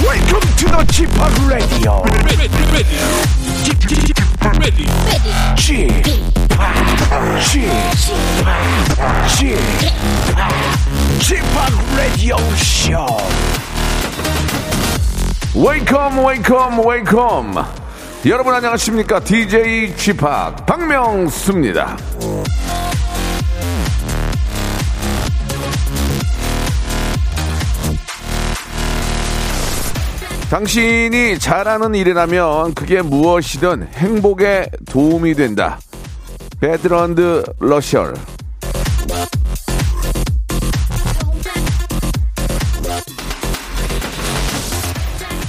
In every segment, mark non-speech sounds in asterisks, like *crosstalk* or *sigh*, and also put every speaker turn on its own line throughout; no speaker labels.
Welcome to the g p o p Radio.
ready, ready, ready,
g p o p g p o p g p o p Radio Show.
웨이컴 웨이컴 웨이컴 여러분 안녕하십니까 DJ g p o p 박명수입니다 당신이 잘하는 일이라면 그게 무엇이든 행복에 도움이 된다 배드런드 러셜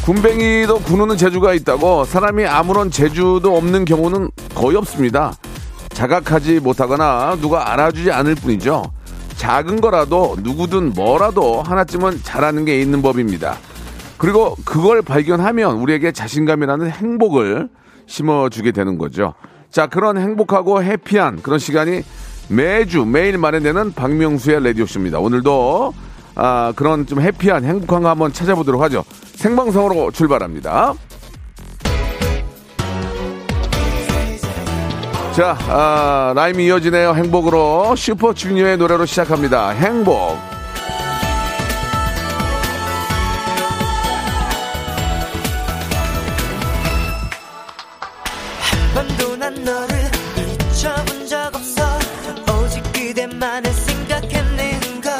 군뱅이도 구누는 재주가 있다고 사람이 아무런 재주도 없는 경우는 거의 없습니다. 자각하지 못하거나 누가 알아주지 않을 뿐이죠. 작은 거라도 누구든 뭐라도 하나쯤은 잘하는 게 있는 법입니다. 그리고 그걸 발견하면 우리에게 자신감이라는 행복을 심어주게 되는 거죠. 자, 그런 행복하고 해피한 그런 시간이 매주 매일 마련되는 박명수의 라디오쇼입니다. 오늘도 아, 그런 좀 해피한 행복한 거 한번 찾아보도록 하죠. 생방송으로 출발합니다. 자, 아, 라임이 이어지네요. 행복으로 슈퍼주니어의 노래로 시작합니다. 행복.
밤도 난 너를 잊어본 적 없어 오직 그대만을 생각했는걸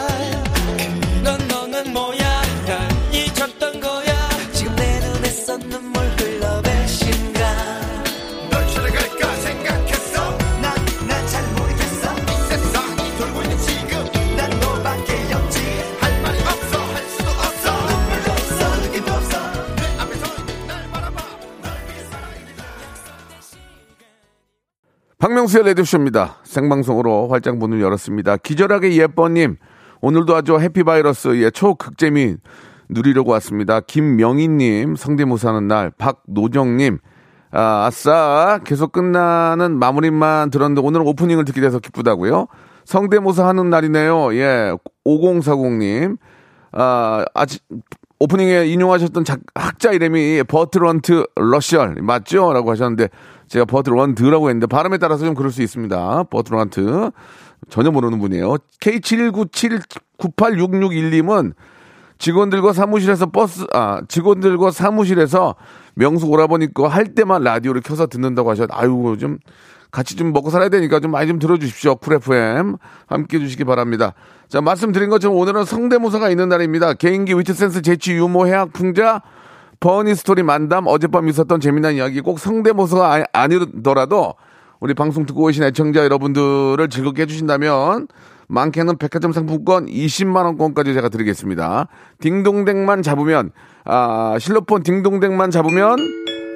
넌 너는 뭐야 난 잊었던 거야 지금 내 눈에서 눈물 흘러뵐 신가
널 찾아갈까 생각했어
난 난 잘 모르겠어
이 세상이 돌고 있는 지금
난 너밖에 없지
할 말이 없어 할 수도 없어
별로 없어 느낌도 없어
내 앞에서 있는 날 바라봐
박명수의 레디쇼입니다. 생방송으로 활짝 문을 열었습니다. 기절하게 예뻐님, 오늘도 아주 해피바이러스의 초극재미 누리려고 왔습니다. 김명희님, 성대모사하는 날, 박노정님, 아, 아싸, 계속 끝나는 마무리만 들었는데 오늘 오프닝을 듣게 돼서 기쁘다고요? 성대모사하는 날이네요. 예, 5040님, 아, 아직, 오프닝에 인용하셨던 작- 학자 이름이 버트런트 러셜 맞죠? 라고 하셨는데 제가 버트런트라고 했는데 발음에 따라서 좀 그럴 수 있습니다. 버트런트 전혀 모르는 분이에요. K79798661님은 직원들과 사무실에서 버스 아 직원들과 사무실에서 명수 오라버니 거 할 때만 라디오를 켜서 듣는다고 하셨. 아유 좀 같이 좀 먹고 살아야 되니까 좀 많이 좀 들어주십시오. 쿨 FM 함께 해주시기 바랍니다. 자 말씀드린 것처럼 오늘은 성대모사가 있는 날입니다. 개인기 위트센스 재치 유머 해학 풍자 버니 스토리 만담 어젯밤 있었던 재미난 이야기 꼭 성대모사가 아니- 아니더라도 우리 방송 듣고 계신 애청자 여러분들을 즐겁게 해주신다면 많게는 백화점 상품권 20만 원권까지 제가 드리겠습니다. 딩동댕만 잡으면 아 실로폰 딩동댕만 잡으면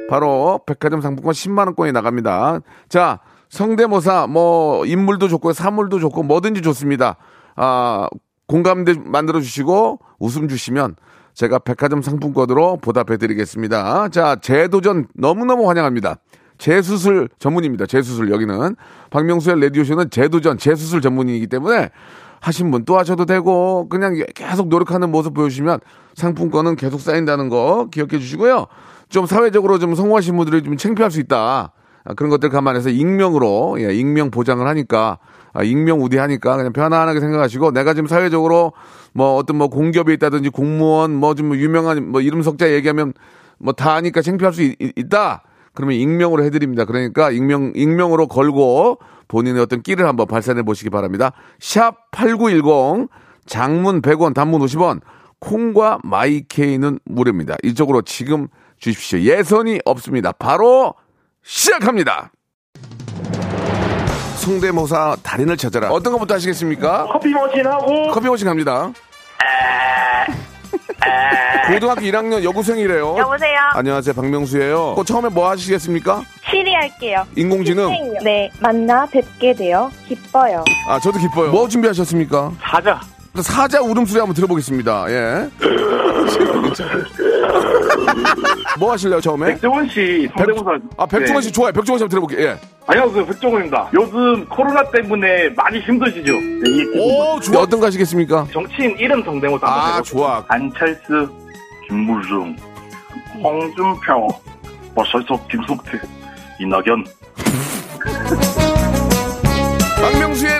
바로 백화점 상품권 10만 원권이 나갑니다. 자 성대모사 뭐 인물도 좋고 사물도 좋고 뭐든지 좋습니다. 아 공감대 만들어 주시고 웃음 주시면 제가 백화점 상품권으로 보답해 드리겠습니다. 자, 재도전 너무너무 환영합니다. 재수술 전문입니다. 재수술 여기는 박명수의 라디오쇼는 재도전, 재수술 전문이기 때문에 하신 분 또 하셔도 되고 그냥 계속 노력하는 모습 보여주시면 상품권은 계속 쌓인다는 거 기억해 주시고요. 좀 사회적으로 좀 성공하신 분들이 좀 창피할 수 있다. 아, 그런 것들 감안해서 익명으로 예, 익명 보장을 하니까 아, 익명 우대하니까 그냥 편안하게 생각하시고 내가 지금 사회적으로 뭐 어떤 뭐 공기업에 있다든지 공무원 뭐 좀 유명한 뭐 이름 석자 얘기하면 뭐 다 아니까 창피할 수 있, 다 그러면 익명으로 해드립니다. 그러니까 익명 익명으로 걸고 본인의 어떤 끼를 한번 발산해 보시기 바랍니다. 샵 #8910 장문 100원, 단문 50원, 콩과 마이케이는 무료입니다. 이쪽으로 지금 주십시오. 예선이 없습니다. 바로 시작합니다. 성대모사 달인을 찾아라. 어떤 것부터 하시겠습니까?
커피 머신하고
커피 머신 갑니다. 고등학교 1학년 여고생이래요.
여보세요.
안녕하세요, 박명수예요. 어, 처음에 뭐 하시겠습니까?
시리 할게요.
인공지능.
네, 만나 뵙게 되어 기뻐요.
아, 저도 기뻐요. 뭐 준비하셨습니까?
사자.
사자 울음소리 한번 들어보겠습니다. 예. *laughs* 뭐 하실래요, 처음에?
백종원 씨 성대모사.
아, 백종원 씨
네.
좋아요. 백종원 씨 한번 들어볼게요. 예.
안녕하세요, 그 백종원입니다. 요즘 코로나 때문에 많이 힘드시죠? 네, 이게 지금
오, 좋아. 어떤 거 하시겠습니까?
정치인 이름 성대모사. 한번
아,
해볼게요.
좋아.
안철수, 김무중, 홍준표, 버섯석 김성태, 이낙연.
박명수의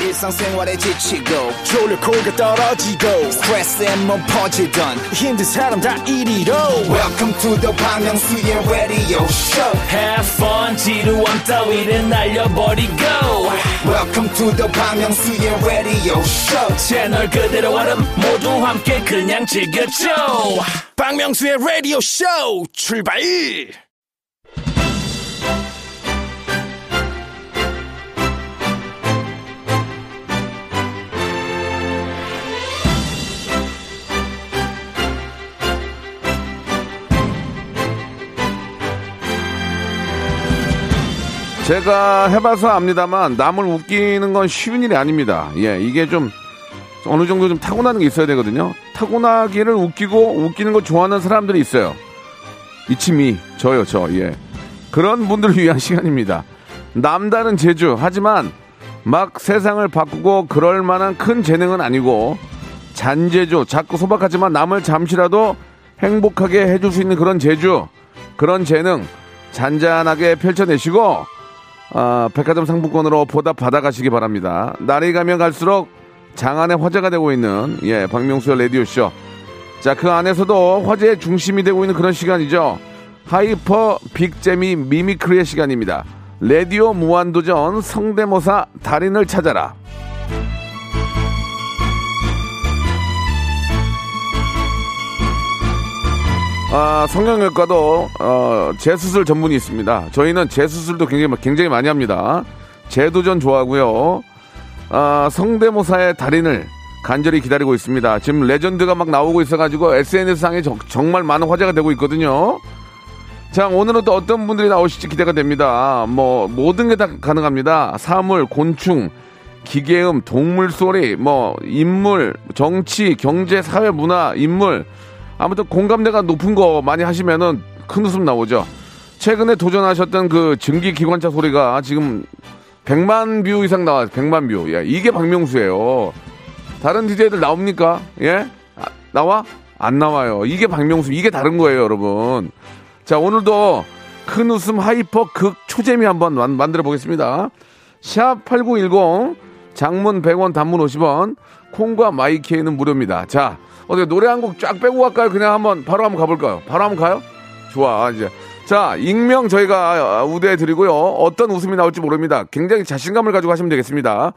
일상생활에 지치고, 졸려 코가 떨어지고, 스트레스에 몸 퍼지던, 힘든 사람 다 이리로. welcome to the Bang Myung-soo's radio show
Have fun 지루함 따위를 날려버리고
welcome to the Bang Myung-soo's radio show
채널 그대로 얼음 모두 함께 그냥 즐겨줘
박명수의 라디오 쇼 출발
제가 해봐서 압니다만 남을 웃기는 건 쉬운 일이 아닙니다. 예, 이게 좀 어느 정도 좀 타고나는 게 있어야 되거든요. 타고나기를 웃기고 웃기는 거 좋아하는 사람들이 있어요. 이치미 저요 저 예. 그런 분들을 위한 *laughs* 시간입니다. 남다른 재주 하지만 막 세상을 바꾸고 그럴 만한 큰 재능은 아니고 잔재주 작고 소박하지만 남을 잠시라도 행복하게 해줄 수 있는 그런 재주 그런 재능 잔잔하게 펼쳐내시고 아, 백화점 상품권으로 보답 받아가시기 바랍니다. 날이 가면 갈수록 장안의 화제가 되고 있는 예 박명수의 라디오 쇼. 자 그 안에서도 화제의 중심이 되고 있는 그런 시간이죠. 하이퍼 빅재미 미미크리의 시간입니다. 라디오 무한도전 성대모사 달인을 찾아라. 아, 성형외과도 어, 재수술 전문이 있습니다. 저희는 재수술도 굉장히 굉장히 많이 합니다. 재도전 좋아하고요. 아, 성대모사의 달인을 간절히 기다리고 있습니다. 지금 레전드가 막 나오고 있어가지고 SNS상에 정말 많은 화제가 되고 있거든요. 자, 오늘은 또 어떤 분들이 나오실지 기대가 됩니다. 뭐, 모든 게 다 가능합니다. 사물, 곤충, 기계음, 동물 소리, 뭐, 인물, 정치, 경제, 사회, 문화, 인물. 아무튼 공감대가 높은 거 많이 하시면은 큰 웃음 나오죠. 최근에 도전하셨던 그 증기 기관차 소리가 지금 100만 뷰 이상 나왔어요. 100만 뷰. 예, 이게 박명수예요. 다른 DJ들 나옵니까? 예? 아, 나와? 안 나와요. 이게 박명수, 이게 다른 거예요, 여러분. 자, 오늘도 큰 웃음 하이퍼 극 초재미 한번 만, 만들어 보겠습니다. 샵8910 장문 100원 단문 50원 콩과 마이케이는 무료입니다. 자, 어떻게 노래 한 곡 쫙 빼고 갈까요? 그냥 한번 바로 한번 가볼까요? 바로 한번 가요? 좋아, 이제. 자, 익명 저희가 아, 우대해 드리고요. 어떤 웃음이 나올지 모릅니다. 굉장히 자신감을 가지고 하시면 되겠습니다.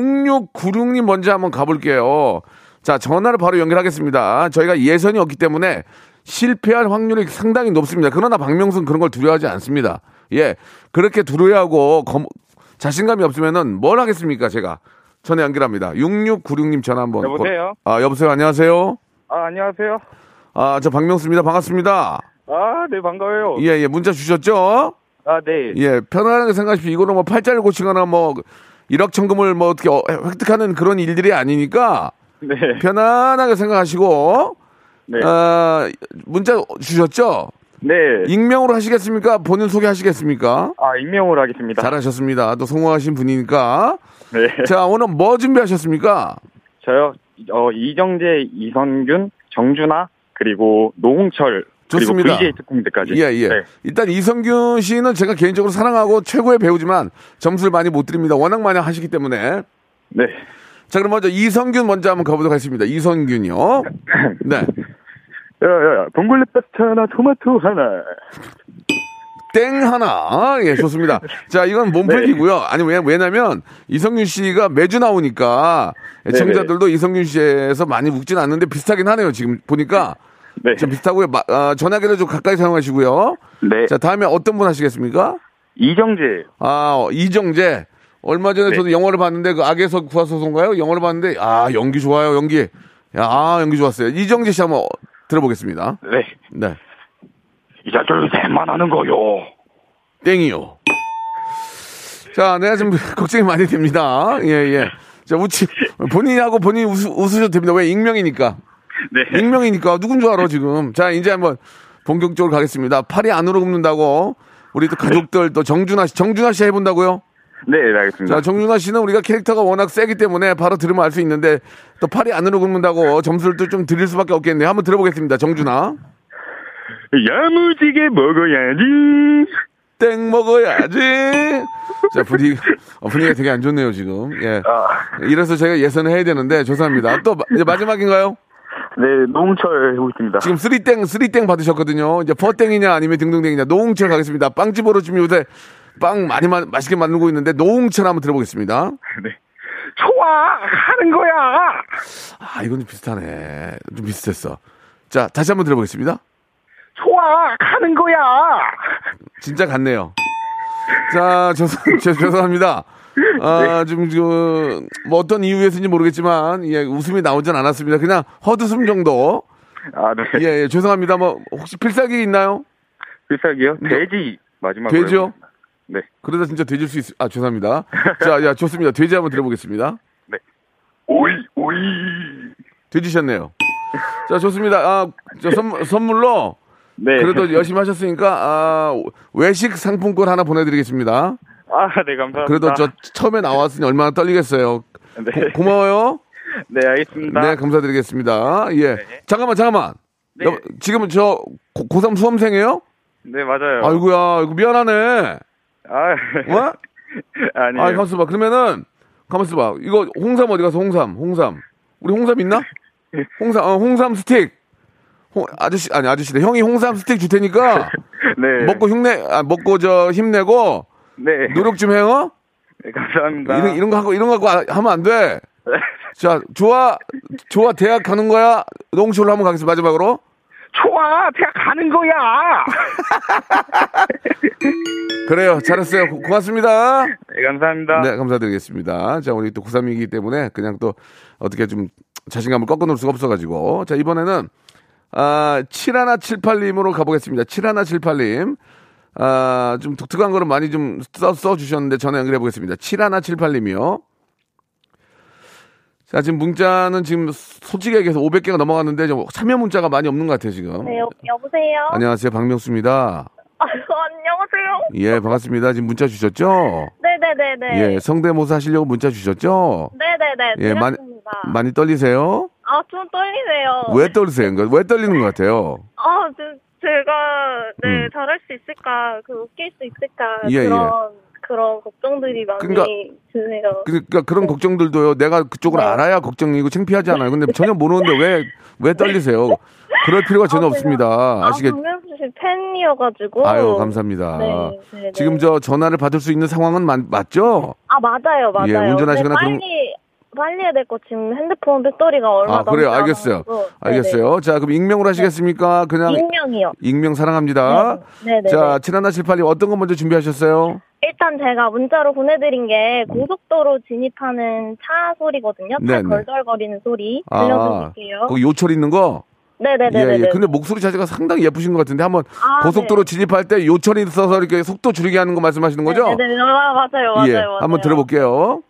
6696님 먼저 한번 가볼게요. 자, 전화를 바로 연결하겠습니다. 저희가 예선이 없기 때문에 실패할 확률이 상당히 높습니다. 그러나 박명수는 그런 걸 두려워하지 않습니다. 예. 그렇게 두려워하고 검- 자신감이 없으면은 뭘 하겠습니까, 제가. 전화 연결합니다. 6696님 전화 한번.
여보세요?
거- 아, 여보세요. 안녕하세요.
아, 안녕하세요.
아, 저 박명수입니다. 반갑습니다.
아, 네, 반가워요.
예, 예. 문자 주셨죠?
아, 네.
예, 편안하게 생각하십시오. 이거는 뭐 팔자를 고치거나 뭐 일확천금을 뭐 어떻게 어- 획득하는 그런 일들이 아니니까
네.
편안하게 생각하시고
네.
아, 문자 주셨죠?
네.
익명으로 하시겠습니까? 본인 소개하시겠습니까?
아, 익명으로 하겠습니다.
잘하셨습니다. 또 성공하신 분이니까.
네.
자, 오늘 뭐 준비하셨습니까?
저요, 어, 이정재, 이선균, 정준하, 그리고 노홍철,
좋습니다.
그리고 VJ 특공대까지.
예, 예.
네.
일단 이성균 씨는 제가 개인적으로 사랑하고 최고의 배우지만 점수를 많이 못 드립니다. 워낙 많이 하시기 때문에.
네.
자, 그럼 먼저 이성균 먼저 한번 가보도록 하겠습니다.
*laughs*
이성균이요. 네.
야, 야, 야, 동굴레밭 하나, 토마토 하나.
땡 하나. 예, 좋습니다. 자, 이건
네.
몸풀기고요. 아니, 왜, 왜냐면 이성균 씨가 매주 나오니까
네,
청자들도 이성균 씨에서 많이 웃진 않는데 비슷하긴 하네요. 지금 보니까.
네.
좀 비슷하고요. 마- 아, 전화기를 좀 가까이 사용하시고요.
네.
자, 다음에 어떤 분 하시겠습니까?
이정재.
아, 어, 이정재. 얼마 전에
네.
저도 영화를 봤는데 그 악에서 구하소서인가요? 영화를 봤는데 아, 연기 좋아요. 연기. 야, 아, 연기 좋았어요. 이정재 씨 한번 어, 들어보겠습니다.
네.
네.
이제 둘셋만 하는 거요.
땡이요. 자, 내가 지금 *laughs* 걱정이 많이 됩니다. 예, 예. 자, 웃지, 본인하고 본인이 웃으, 웃으셔도 됩니다. 왜? 익명이니까.
네.
예? 익명이니까. 누군 줄 알아, 지금. 자, 이제 한번 본격적으로 가겠습니다. 팔이 안으로 굽는다고 우리 또 가족들 또 정준하 씨, 정준하 씨 해본다고요?
네, 네, 알겠습니다.
자, 정준하 씨는 우리가 캐릭터가 워낙 세기 때문에 바로 들으면 알 수 있는데 또 팔이 안으로 굽는다고 점수를 또 좀 드릴 수밖에 없겠네요. 한번 들어보겠습니다. 정준하.
야무지게 먹어야지.
땡 먹어야지. 자, 분위기, 어, 분위기가 되게 안 좋네요, 지금. 예. 이래서 제가 예선을 해야 되는데, 죄송합니다. 또, 마- 이제 마지막인가요?
네, 농철 해보겠습니다.
지금 쓰리땡, 쓰리땡 받으셨거든요. 이제 퍼땡이냐, 아니면 등등땡이냐, 노홍철 가겠습니다. 빵집으로 지금 요새 빵 많이 마, 맛있게 만들고 있는데, 노홍철 한번 들어보겠습니다.
좋아하는 거야.
아, 이건 좀 비슷하네. 좀 비슷했어. 자, 다시 한번 들어보겠습니다.
좋아하는 거야.
진짜 같네요. 자, 죄송, *laughs* 죄- 죄송합니다. 아,
네.
지금, 그, 뭐 어떤 이유에서인지 모르겠지만, 예, 웃음이 나오진 않았습니다. 그냥 헛웃음 정도.
아, 네.
예, 예, 죄송합니다. 뭐, 혹시 필살기 있나요?
필살기요? 돼지 마지막으로.
네. 돼지요?
해보겠습니다. 아, 네.
그러다 진짜 돼질 수 있, 아, 죄송합니다. 자, 야, 좋습니다. 돼지 한번 들어보겠습니다.
오이 오이.
돼지셨네요. 자, 좋습니다. 아, 저 선, 선물로.
네.
그래도 열심히 하셨으니까, 아, 외식 상품권 하나 보내드리겠습니다.
아, 네 감사합니다.
그래도 저 처음에 나왔으니 얼마나 떨리겠어요.
네.
고- 고마워요.
네, 알겠습니다. 네.
네, 감사드리겠습니다. 예. 잠깐만, 잠깐만. 여- 지금 저 고, 고3 수험생이에요?
네, 맞아요.
아이고야, 이거 미안하네.
아,
어?
*laughs* 아니요.
아, 가만있어 봐. 그러면은, 가만있어 봐. 이거 홍삼 어디 가서 홍삼, 홍삼. 우리
*laughs*
홍삼 있나? 홍삼, 어, 홍삼 스틱. 홍- 아저씨, 아니, 아저씨네. 형이 홍삼 스틱
*laughs*
줄 테니까
네.
먹고 흉내, 아, 먹고 저 힘내고
네.
노력 좀 해요. 어?
네, 감사합니다.
이런, 이런 거 하고, 이런 거 하고 아- 하면 안 돼.
네.
자, 좋아, 좋아, 대학 가는 거야. 농촌으로 한번 가겠습니다. 마지막으로.
좋아, 대학 가는 거야. *laughs*
그래요. 잘했어요. 고, 맙습니다
네, 감사합니다.
네, 감사드리겠습니다. 자, 우리 또 고3이기 때문에 그냥 또 어떻게 좀 자신감을 꺾어 놓을 수가 없어가지고. 자, 이번에는, 아, 7178님으로 가보겠습니다. 7178님. 아, 좀 독특한 거를 많이 좀 써, 써주셨는데 전화 연결해 보겠습니다. 7178님이요. 자, 지금 문자는 지금 솔직히 얘기해서 500개가 넘어갔는데 좀 참여 문자가 많이 없는 것 같아요, 지금.
네, 여, 여보세요? *laughs*
안녕하세요. 박명수입니다.
아, 안녕하세요?
예, 반갑습니다. 지금 문자 주셨죠?
네네네네.
예, 성대모사 하시려고 문자 주셨죠?
네네네.
예, 많이,
드렸습니다.
많이 떨리세요?
아, 좀 떨리네요.
왜 떨리세요? 그러니까 왜 떨리는 것 같아요?
아, 좀 제가, 네,
음.
잘할 수 있을까, 그, 웃길 수 있을까,
예,
그런, 그런 걱정들이 많이
그러니까-
드네요.
그러니까 그런 걱정들도요. 내가 그쪽을
네.
알아야 걱정이고 창피하지 않아요. 근데 전혀 모르는데 왜, 왜 떨리세요? 그럴 필요가 전혀
아,
없습니다.
아,
아시겠,
박명수 씨 팬이어가지고.
아유, 감사합니다.
네, 네, 네.
지금 저 전화를 받을 수 있는 상황은 맞, 맞죠?
아, 맞아요, 맞아요.
예, 운전하시거나
근데
그런-
빨리, 빨리 해야 될 거 지금 핸드폰 배터리가 얼마
아, 그래요.
남지
알겠어요.
않아가지고. 네,
알겠어요. 자, 그럼 익명으로 하시겠습니까? 그냥
네네. 익명이요.
익명 사랑합니다.
네, 네, 네.
아, 자, 7178님 어떤 거 먼저 준비하셨어요?
일단 제가 문자로 보내드린 게 고속도로 진입하는 차 소리거든요. 차
네, 네.
걸덜거리는 소리 들려드릴게요.
아, 거기 요철 있는 거?
네네네네.
예, 예. 근데 목소리 자체가 상당히 예쁘신 것 같은데 한번
아,
고속도로
네.
진입할 때 요철이 있어서 이렇게 속도 줄이게 하는 거 말씀하시는 거죠?
네네네. 아, 맞아요, 맞아요,
예.
맞아요.
한번 들어볼게요.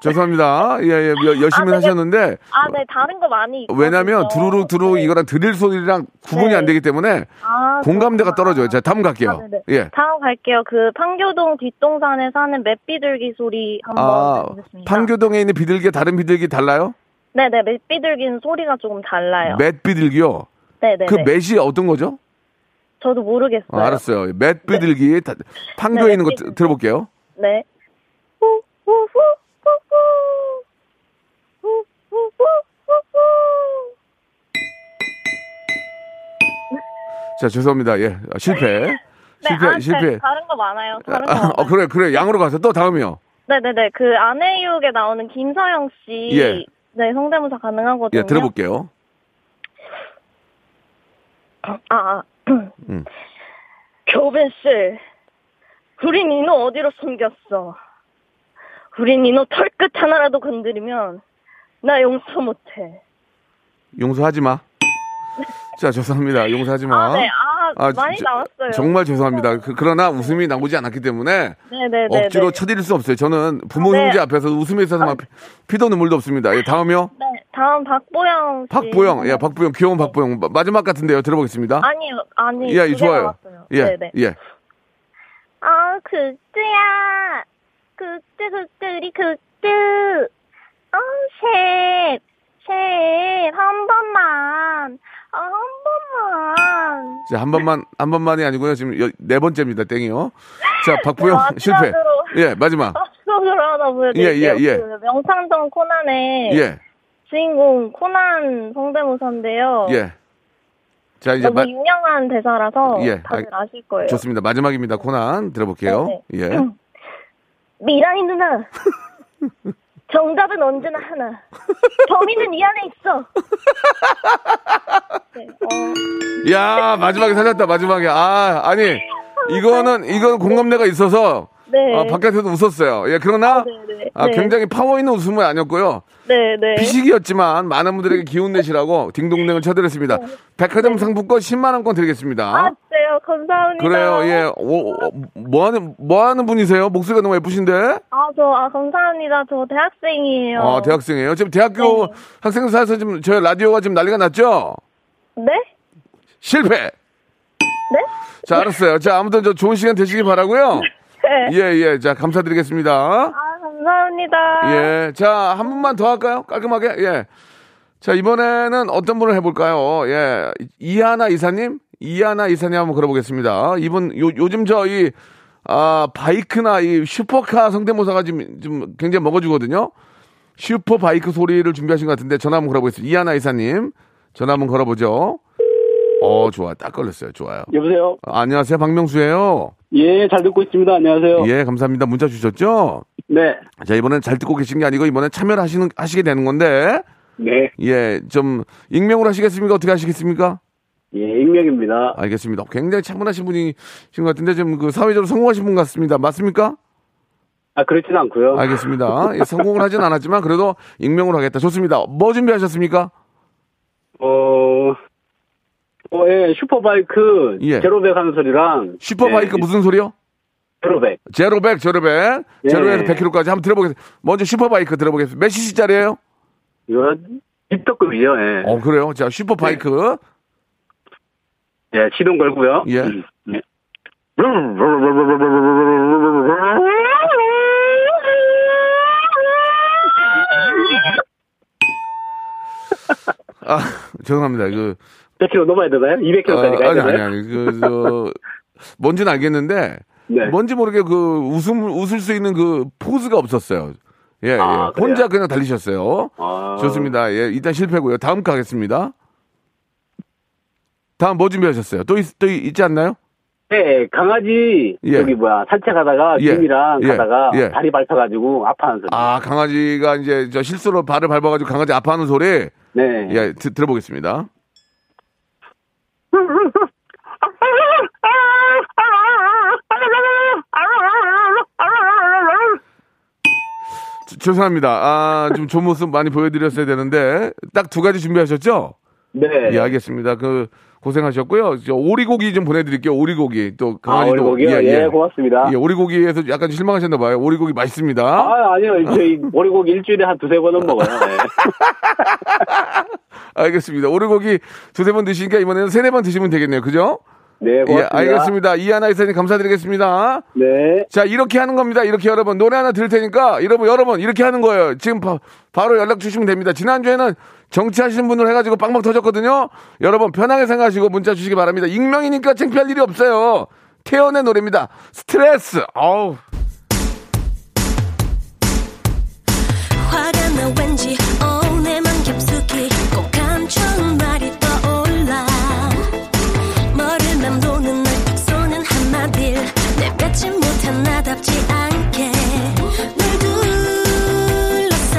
죄송합니다. 예, 예. 여- 열심히
아, 되게-
하셨는데
아, 네, 다른 거 많이. 있거든요.
어, 왜냐면 두루루 두루
네.
이거랑 드릴 소리랑 구분이
네.
안 되기 때문에
아,
공감대가
그렇구나.
떨어져요. 자, 다음 갈게요.
아, 네네.
예.
다음 갈게요. 그 판교동 뒷동산에 사는 맷비둘기 소리 한번
아,
듣겠습니다.
판교동에 있는 비둘기 다른 비둘기 달라요?
네네, 맷비둘기는 소리가 조금 달라요.
맷 비둘기요.
네. 네네.
그 맷이 어떤 거죠?
저도 모르겠어요.
아, 알았어요. 맷 비둘기 다- 판교에
네,
있는 거
맷
드-
비둘기.
들어볼게요.
네. 후, 후, 후, 후, 후. 후, 후, 후, 후, 후.
자, 죄송합니다. 예. 아, 실패.
네,
실패,
아,
실패.
다- 다른 거 많아요. 네. 다른 거.
아,
많아요.
어, 그래, 그래. 양으로 가서 또 다음이요.
네네네. 그 아내육에 나오는 김서영 씨.
예.
네, 성대모사 가능하거든요.
예, 들어볼게요.
아, 아. *clears throat*
음.
교빈 씨, 우리 니노 어디로 숨겼어? 우리 니노 털끝 하나라도 건드리면 나 용서 못해.
용서하지 마. 자, 죄송합니다. 용서하지 마.
네. 아, 네, 아, 많이
저-
나왔어요.
정말 죄송합니다. 그, 러나 웃음이 나오지 않았기 때문에
네네네.
억지로 쳐드릴 수 없어요. 저는 부모
네. 아,
형제 앞에서 웃음이 있어서 막 피- 피도 눈물도 없습니다. 예, 다음이요.
네, 다음 박보영 씨.
박보영, 예, 박보영, 귀여운 박보영. 마- 마지막 같은데요. 들어보겠습니다.
아니요, 아니.
예, 예,
두 개가
좋아요.
왔어요.
예,
네네.
예.
아, 굿즈야. 굿즈, 굿즈, 우리 굿즈. 어, 셉. 셉, 한 번만. 어, 한 번만.
자, 한 번만, 한 번만이 아니고요. 지금 여- 네 번째입니다. 땡이요.
*laughs*
자, 박보영
네, 마지막으로. 어,
실패. 예, 마지막.
앞서으로 아, 하나 보여드릴게요.
예, 예, 예.
그 명창동 코난의
예,
주인공 코난 성대모사인데요.
예. 자, 이제
어. 너무
마,
유명한 대사라서
예,
다들
알-
아, 실 거예요.
좋습니다. 마지막입니다. 코난 들어볼게요.
네,
예.
미라이 누나. 정답은 언제나 하나. 범인은 이 안에 있어.
야 마지막에 살렸다 마지막에 아 아니 이거는 이건 공감대가 있어서
네.
아, 바깥에서 웃었어요 예 그러나 아,
네, 네.
굉장히 파워 있는 웃음은 아니었고요
네, 네.
피식이었지만 많은 분들에게 기운 내시라고 딩동댕을 쳐드렸습니다 백화점 상품권 10만 원권 드리겠습니다
네. 아, 진짜요? 감사합니다.
그래요 예. 예뭐 하는 뭐 하는 분이세요 목소리가 너무 예쁘신데
아, 저, 아, 감사합니다. 저 대학생이에요.
아 대학생이에요 지금 대학교 학생 사이에서 지금 저희 라디오가 지금 난리가 났죠
네?
실패
네?
자 알았어요 자 아무튼 저 좋은 시간 되시길 바라고요
네.
예, 예. 자, 감사드리겠습니다.
아, 감사합니다.
예. 자, 한 분만 더 할까요? 깔끔하게? 예. 자, 이번에는 어떤 분을 해볼까요? 예. 이하나 이사님? 이하나 이사님 한번 걸어보겠습니다. 이분, 요, 요즘 저 이, 아, 바이크나 이 슈퍼카 성대모사가 지금 좀 굉장히 먹어주거든요. 슈퍼 바이크 소리를 준비하신 것 같은데 전화 한번 걸어보겠습니다. 이하나 이사님. 전화 한번 걸어보죠. 어, 좋아. 딱 걸렸어요. 좋아요.
여보세요.
아, 안녕하세요. 박명수예요
예, 잘 듣고 있습니다. 안녕하세요.
예, 감사합니다. 문자 주셨죠?
네.
자, 이번엔 잘 듣고 계신 게 아니고 이번엔 참여를 하시는 하시게 되는 건데.
네.
예, 좀 익명으로 하시겠습니까? 어떻게 하시겠습니까?
예, 익명입니다.
알겠습니다. 굉장히 차분하신 분이신 것 같은데 좀 그 사회적으로 성공하신 분 같습니다. 맞습니까?
아, 그렇진 않고요.
알겠습니다. 예, 성공을 하진 않았지만 그래도 익명으로 하겠다. 좋습니다. 뭐 준비하셨습니까?
어, 어, 예, 슈퍼바이크
예.
제로백 하는 소리랑
슈퍼바이크
네,
예,
무슨 소리요?
제로백
제로백, 제로백.
예.
제로에서 100km까지 한번 들어보겠습니다. 먼저 슈퍼바이크 들어보겠습니다. 몇 cc짜리예요?
이거 입덕급이요. 예.
어, 그래요. 자, 슈퍼바이크.
예, 시동 걸고요. 음, 네.
예. 아, 죄송합니다. 그
100km 넘어야 되나요?
네,
200km까지
아,
가야
아니
되나요?
아니 아니 그저 뭔지는 알겠는데
네.
뭔지 모르게 그 웃음 웃을 수 있는 그 포즈가 없었어요. 예,
아,
예. 혼자 그냥 달리셨어요.
아.
좋습니다. 예, 일단 실패고요. 다음 거 하겠습니다. 다음 뭐 준비하셨어요? 또, 있, 또 있- 있지 않나요?
네, 강아지
예.
저기 뭐야 산책하다가
예.
김이랑
예.
가다가
예.
다리 밟혀가지고 아파하는 소리.
아, 강아지가 이제 저 실수로 발을 밟아가지고 강아지 아파하는 소리.
네.
예, 드- 들어보겠습니다. 주- 죄송합니다. 아, 좀 좋은 모습 많이 보여드렸어야 되는데, 딱 두 가지 준비하셨죠?
네.
예, 알겠습니다. 그, 고생하셨고요. 저 오리고기 좀 보내드릴게요. 오리고기. 또, 강아지도.
오리고기요? 예, 고맙습니다.
예, 오리고기에서 약간 실망하셨나봐요. 오리고기 맛있습니다.
아, 아니요. 저희 오리고기 일주일에 한 두세 번은 먹어요. 네.
알겠습니다. 오리고기 두세 번 드시니까 이번에는 세네 번 드시면 되겠네요. 그죠?
네,
예,
고맙습니다.
알겠습니다. 이하나 이사님 감사드리겠습니다.
네.
자, 이렇게 하는 겁니다. 이렇게 여러분. 노래 하나 들을 테니까, 여러분, 여러분, 이렇게 하는 거예요. 지금 바, 로 연락 주시면 됩니다. 지난주에는 정치하시는 분으로 해가지고 빵빵 터졌거든요. 여러분, 편하게 생각하시고 문자 주시기 바랍니다. 익명이니까 창피할 일이 없어요. 태연의 노래입니다. 스트레스. 어우.
화가 나 왠지 oh, 내맘 깊숙이 꼭 감춘 말이 떠올라 머리를 맴도는 널 쏘는 한마디 내 뱉지 못한 나답지 않게 널 둘러싼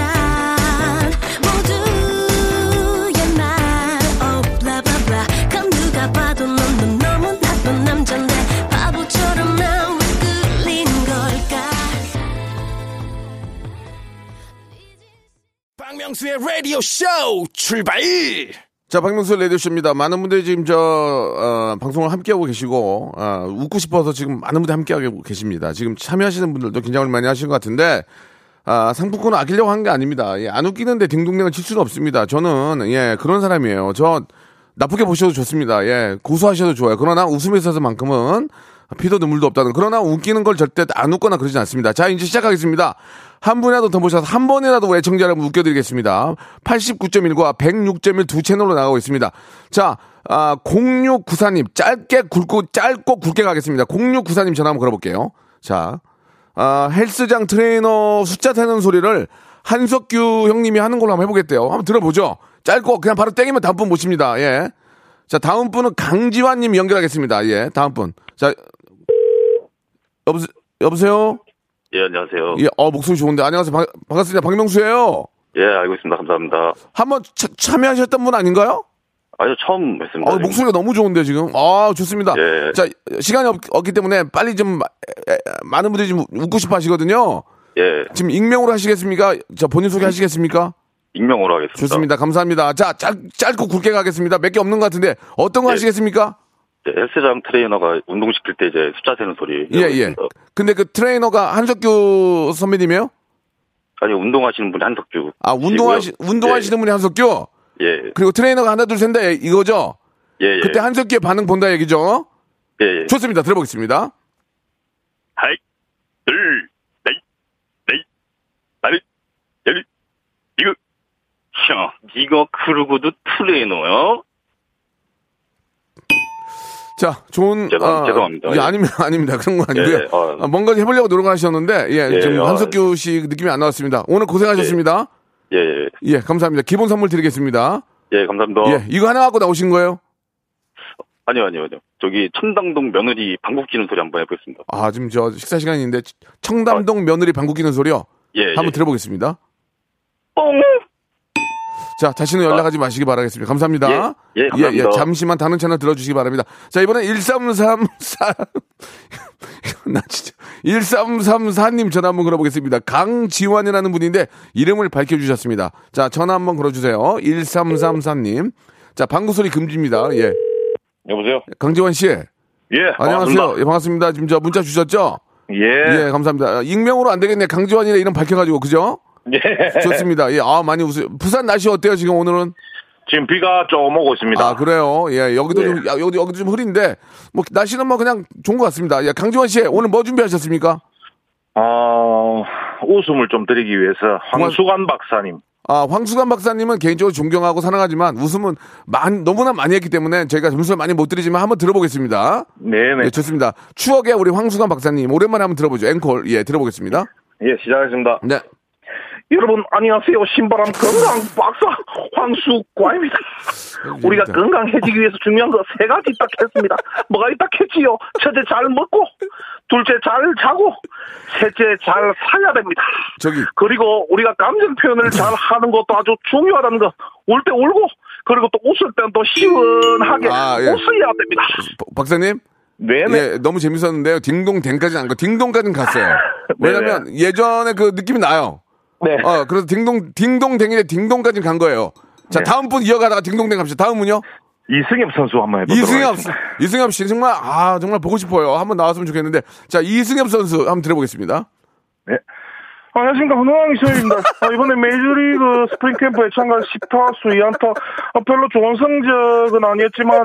모두의 말 oh 블라블라 감 누가 봐도 넌 너무 나쁜 남잔데 바보처럼 난 왜 끌린 걸까
박명수의 라디오 쇼 출발!
자, 박명수 레디오쇼입니다. 많은 분들이 지금 저, 어, 방송을 함께하고 계시고, 어, 웃고 싶어서 지금 많은 분들이 함께하고 계십니다. 지금 참여하시는 분들도 긴장을 많이 하신 것 같은데, 아, 상품권 아끼려고 한 게 아닙니다. 예, 안 웃기는데 딩동댕을 칠 수는 없습니다. 저는, 예, 그런 사람이에요. 저, 나쁘게 보셔도 좋습니다. 예, 고소하셔도 좋아요. 그러나 웃음에 있어서만큼은 피도 눈물도 없다는. 그러나 웃기는 걸 절대 안 웃거나 그러진 않습니다. 자, 이제 시작하겠습니다. 한 분이라도 더 모셔서 한 번이라도 왜 청자 여러분 웃겨드리겠습니다. 89.1과 106.1 두 채널로 나가고 있습니다. 자, 아, 0694님, 짧게 굵고, 짧고 굵게 가겠습니다. 0694님 전화 한번 걸어볼게요. 자, 아, 헬스장 트레이너 숫자 세는 소리를 한석규 형님이 하는 걸로 한번 해보겠대요. 한번 들어보죠. 짧고 그냥 바로 땡기면 다음 분 모십니다. 예. 자, 다음 분은 강지환님 연결하겠습니다. 예, 다음 분. 자, 여보세요? 여보세요?
예, 안녕하세요.
예, 어, 목소리 좋은데. 안녕하세요. 반, 반갑습니다. 박명수예요
예, 알고 있습니다. 감사합니다.
한번 차- 참여하셨던 분 아닌가요?
아니요, 처음 했습니다.
어, 목소리가 너무 좋은데 지금. 아 좋습니다.
예.
자 시간이 없, 기 때문에 빨리 좀 마- 에- 에- 많은 분들이 지금 웃고 싶어하시거든요.
예.
지금 익명으로 하시겠습니까? 자 본인 소개하시겠습니까?
익명으로 하겠습니다.
좋습니다. 감사합니다. 자 짧, 짧고 굵게 가겠습니다. 몇 개 없는 것 같은데 어떤 거
예.
하시겠습니까?
예, 헬스장 트레이너가 운동시킬 때 이제 숫자 세는 소리.
예 예.
어.
근데 그 트레이너가 한석규 선배님이에요?
아니, 운동하시는 분이 한석규.
아 운동하시
씨고요.
운동하시는 분이 한석규.
예. 예.
그리고 트레이너가 하나 둘 셋다 이거죠?
예, 예.
그때 한석규의 반응 본다 얘기죠?
예, 예.
좋습니다. 들어보겠습니다.
하이, 둘, 넷, 넷, 다리, 열,
어.
이거, 혀, 이거 크루고도 트레이너요?
자, 좋은
죄송- 죄송합니다.
예,
예.
아닙니다, *laughs* 아닙니다. 그런 건 아니고요.
예, 어.
아, 뭔가 해보려고 노력하셨는데 예,
예,
지금
어.
한석규 씨 느낌이 안 나왔습니다. 오늘 고생하셨습니다.
예, 예.
예, 감사합니다. 기본 선물 드리겠습니다.
예, 감사합니다.
예, 이거 하나 갖고 나오신 거예요?
아니요, 아니요, 아니요. 저기 천당동 며느리 방귀 뀌는 소리 한번 해보겠습니다.
아, 지금 저 식사 시간인데
어.
청담동 며느리 방구 끼는 소리요.
예,
한번
예.
들어보겠습니다. 자, 다시는 연락하지 마시기 바라겠습니다. 감사합니다.
어? 예, 예, 감사합니다.
잠시만 다른 채널 들어주시기 바랍니다. 자, 이번엔 1334. *laughs* 나 진짜. 1334님 전화 한번 걸어보겠습니다. 강지환이라는 분인데 이름을 밝혀주셨습니다. 자, 전화 한번 걸어주세요. 1334님. 자, 방구소리 금지입니다. 예.
여보세요?
강지환 씨.
예,
안녕하세요.
반갑습니다.
예, 반갑습니다. 지금 저 문자 주셨죠?
예.
예, 감사합니다. 아, 익명으로 안 되겠네. 강지환이라 이름 밝혀가지고, 그죠?
예.
좋습니다. 예, 아, 많이 웃어요. 부산 날씨 어때요, 지금 오늘은?
지금 비가 조금 오고 있습니다.
아, 그래요? 예, 여기도 좀, 야, 여기, 여기도 좀 흐린데, 뭐, 날씨는 뭐 그냥 좋은 것 같습니다. 예, 강지환 씨, 오늘 뭐 준비하셨습니까?
어, 웃음을 좀 드리기 위해서 황수관 박사님.
아, 황수관 박사님은 개인적으로 존경하고 사랑하지만 웃음은 많, 너무나 많이 했기 때문에 저희가 점수를 많이 못 드리지만 한번 들어보겠습니다.
네네.
예, 좋습니다. 추억의 우리 황수관 박사님, 오랜만에 한번 들어보죠. 앵콜, 예, 들어보겠습니다.
예, 시작하겠습니다.
네.
여러분, 안녕하세요. 신바람 건강 박사
*laughs*
황수관입니다. 우리가
예,
건강해지기 위해서 중요한 거 세 가지 딱 했습니다. 뭐가 있다 했지요? 첫째 잘 먹고, 둘째 잘 자고, 셋째 잘 살아야 됩니다.
저기,
그리고 우리가 감정
네.
표현을 잘 하는 것도 아주 중요하다는 거. 울 때 울고, 그리고 또 웃을 땐 또 시원하게
아, 예.
웃어야 됩니다.
박사님?
네네.
예, 너무 재밌었는데요. 딩동댕까지는 안 가. 딩동까지는 갔어요.
*laughs* 네네.
왜냐면 예전에 그 느낌이 나요.
네.
어, 그래서 딩동, 딩동댕이래 딩동까지 간 거예요. 자,
네.
다음 분 이어가다가 딩동댕 갑시다. 다음은요?
이승엽 선수 한번 해보도록
이승엽,
하겠습니다.
이승엽 씨 정말, 아, 정말 보고 싶어요. 한번 나왔으면 좋겠는데. 자, 이승엽 선수 한번 들어보겠습니다.
안녕하십니까 황호왕
*laughs*
이소입니다. 어, 이번에 메이저리그 스프링 캠프에 참가한 10타수 2안타 어, 별로 좋은 성적은 아니었지만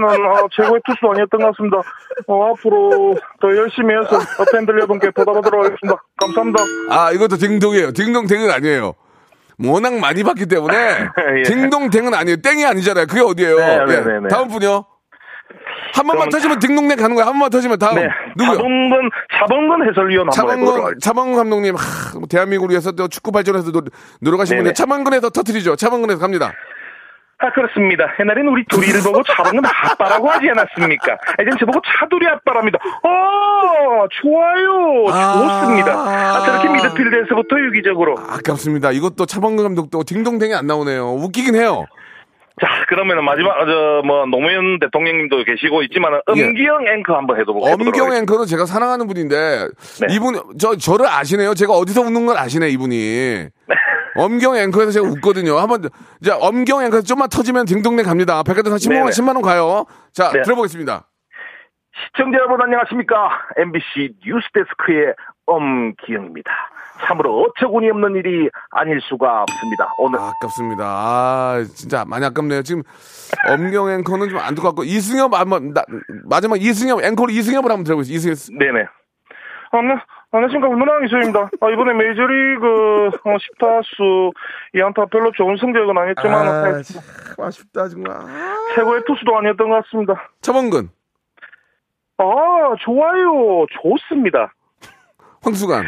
최고의 투수 아니었던 것 같습니다. 어, 앞으로 더 열심히 해서 어, 팬들 여러분께 보답하도록 하겠습니다. 감사합니다.
아, 이것도 딩동이에요. 딩동댕은 아니에요. 뭐 워낙 많이 봤기 때문에.
*laughs*
예.
딩동댕은 아니에요. 땡이 아니잖아요. 그게 어디예요?
네, 네,
예.
네, 네.
다음 분요. 한 번만
그럼-
터지면 딩동댕 가는 거야. 한 번만 터지면 다음.
네. 자본근, 자본근 해설위원 한번 해보도록
차범근,
하겠습니다.
차범근 감독님, 하, 뭐 대한민국을 위해서 또 축구 발전해서 노- 노력하신
네네.
분인데, 차범근에서 터트리죠. 차범근에서 갑니다.
아 그렇습니다. 옛날에는 우리 둘이를 보고 자방은 아빠라고 하지 않았습니까? 이젠 저보고 차두리 아빠랍니다. 어 좋아요 좋습니다. 아, 저렇게 미드필드에서부터 유기적으로
아깝습니다. 이것도 차범근 감독도 딩동댕이 안 나오네요. 웃기긴 해요.
자, 그러면 마지막, 저, 뭐, 노무현 대통령님도 계시고 있지만,
예.
엄기영 앵커 한번 해도 보고.
엄경 앵커는 제가 사랑하는 분인데,
네.
이분, 저, 저를 아시네요. 제가 어디서 웃는 걸 아시네, 이분이. 엄경 앵커에서 제가 웃거든요. 한번, 자, 엄경 앵커에서 좀만 터지면 딩동댕 갑니다. 백화점 한 10만원,
네네.
10만원 가요. 자,
네.
들어보겠습니다.
시청자 여러분 안녕하십니까? MBC 뉴스데스크의 엄기영입니다. 참으로 어처구니 없는 일이 아닐 수가 없습니다. 오늘
아깝습니다. 아, 진짜 많이 아깝네요. 지금 엄경 앵커는 좀 안 듣고 왔고 이승엽 한번 나- 마지막 이승엽 앵커로 이승엽을 한번 들어보겠습니다. 이승엽.
네네.
안녕, 안녕하십니까. 문화왕 이소입니다. 아, 이번에 메이저리그 어, 10타수 2안타 별로 좋은 성적은 아니었지만
아,
어,
참 아쉽다 정말.
최고의 투수도 아니었던 것 같습니다.
차범근.
아, 좋아요. 좋습니다.
황수관.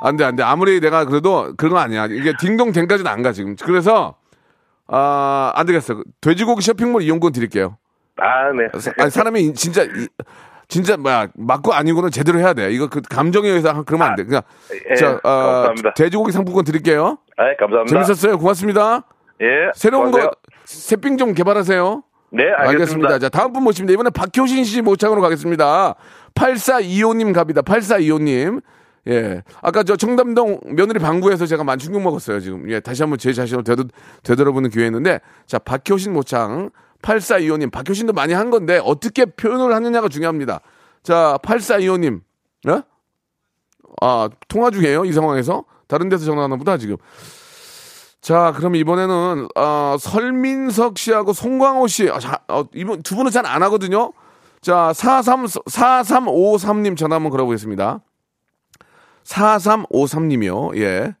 안 돼, 안 돼. 아무리 내가 그래도 그런 거 아니야. 이게 딩동댕까지는 안 가, 지금. 그래서, 아, 안 되겠어. 돼지고기 쇼핑몰 이용권 드릴게요.
아, 네.
아니, 사람이 이- 진짜, 이- 진짜, 뭐야, 맞고 아니고는 제대로 해야 돼. 이거 그 감정에 의해서 하- 그러면 안 돼. 그냥,
예,
자, 아,
감사합니다.
돼지고기 상품권 드릴게요.
예,
아, 감사합니다.
재밌었어요. 고맙습니다.
예.
새로운
수고하세요.
거, 새삥 좀 개발하세요.
네, 알겠습니다.
자, 다음 분 모십니다. 이번엔 박효신 씨 모창으로 가겠습니다. 8425님 갑니다. 8425님. 예. 아까 저 청담동 며느리 방구에서 제가 만충격 먹었어요, 지금. 예. 다시 한번 제 자신을 되돌, 되돌아보는 기회였는데. 자, 박효신 모창. 8425님. 박효신도 많이 한 건데, 어떻게 표현을 하느냐가 중요합니다. 자, 8425님. 예? 아, 통화 중이에요, 이 상황에서? 다른 데서 전화하나 보다, 지금. 자, 그럼 이번에는 어, 설민석 씨하고 송광호 씨, 아, 자, 어, 이분 두 분은 잘 안 하거든요. 자, 43 4353님 전화 한번 걸어보겠습니다. 4353님이요. 예.